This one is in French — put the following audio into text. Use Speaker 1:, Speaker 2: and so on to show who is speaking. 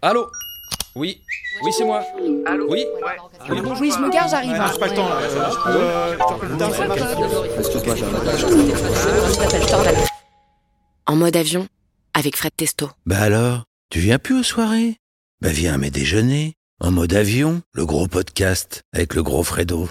Speaker 1: Allô Oui, oui, c'est moi.
Speaker 2: Allô
Speaker 1: Oui
Speaker 2: Ouais.
Speaker 1: Allez, bouge
Speaker 3: Oui, je me gare, j'arrive.
Speaker 4: Ouais, non, j'ai pas le temps là. Euh, je peux, euh, je te rappelle plus tard, ça marche
Speaker 5: Excuse-moi, j'ai un attache.
Speaker 6: En mode avion, avec Fred Testo.
Speaker 7: Bah alors, tu viens plus aux soirées Bah viens à mes déjeuners, en mode avion, le gros podcast avec le gros Fredo.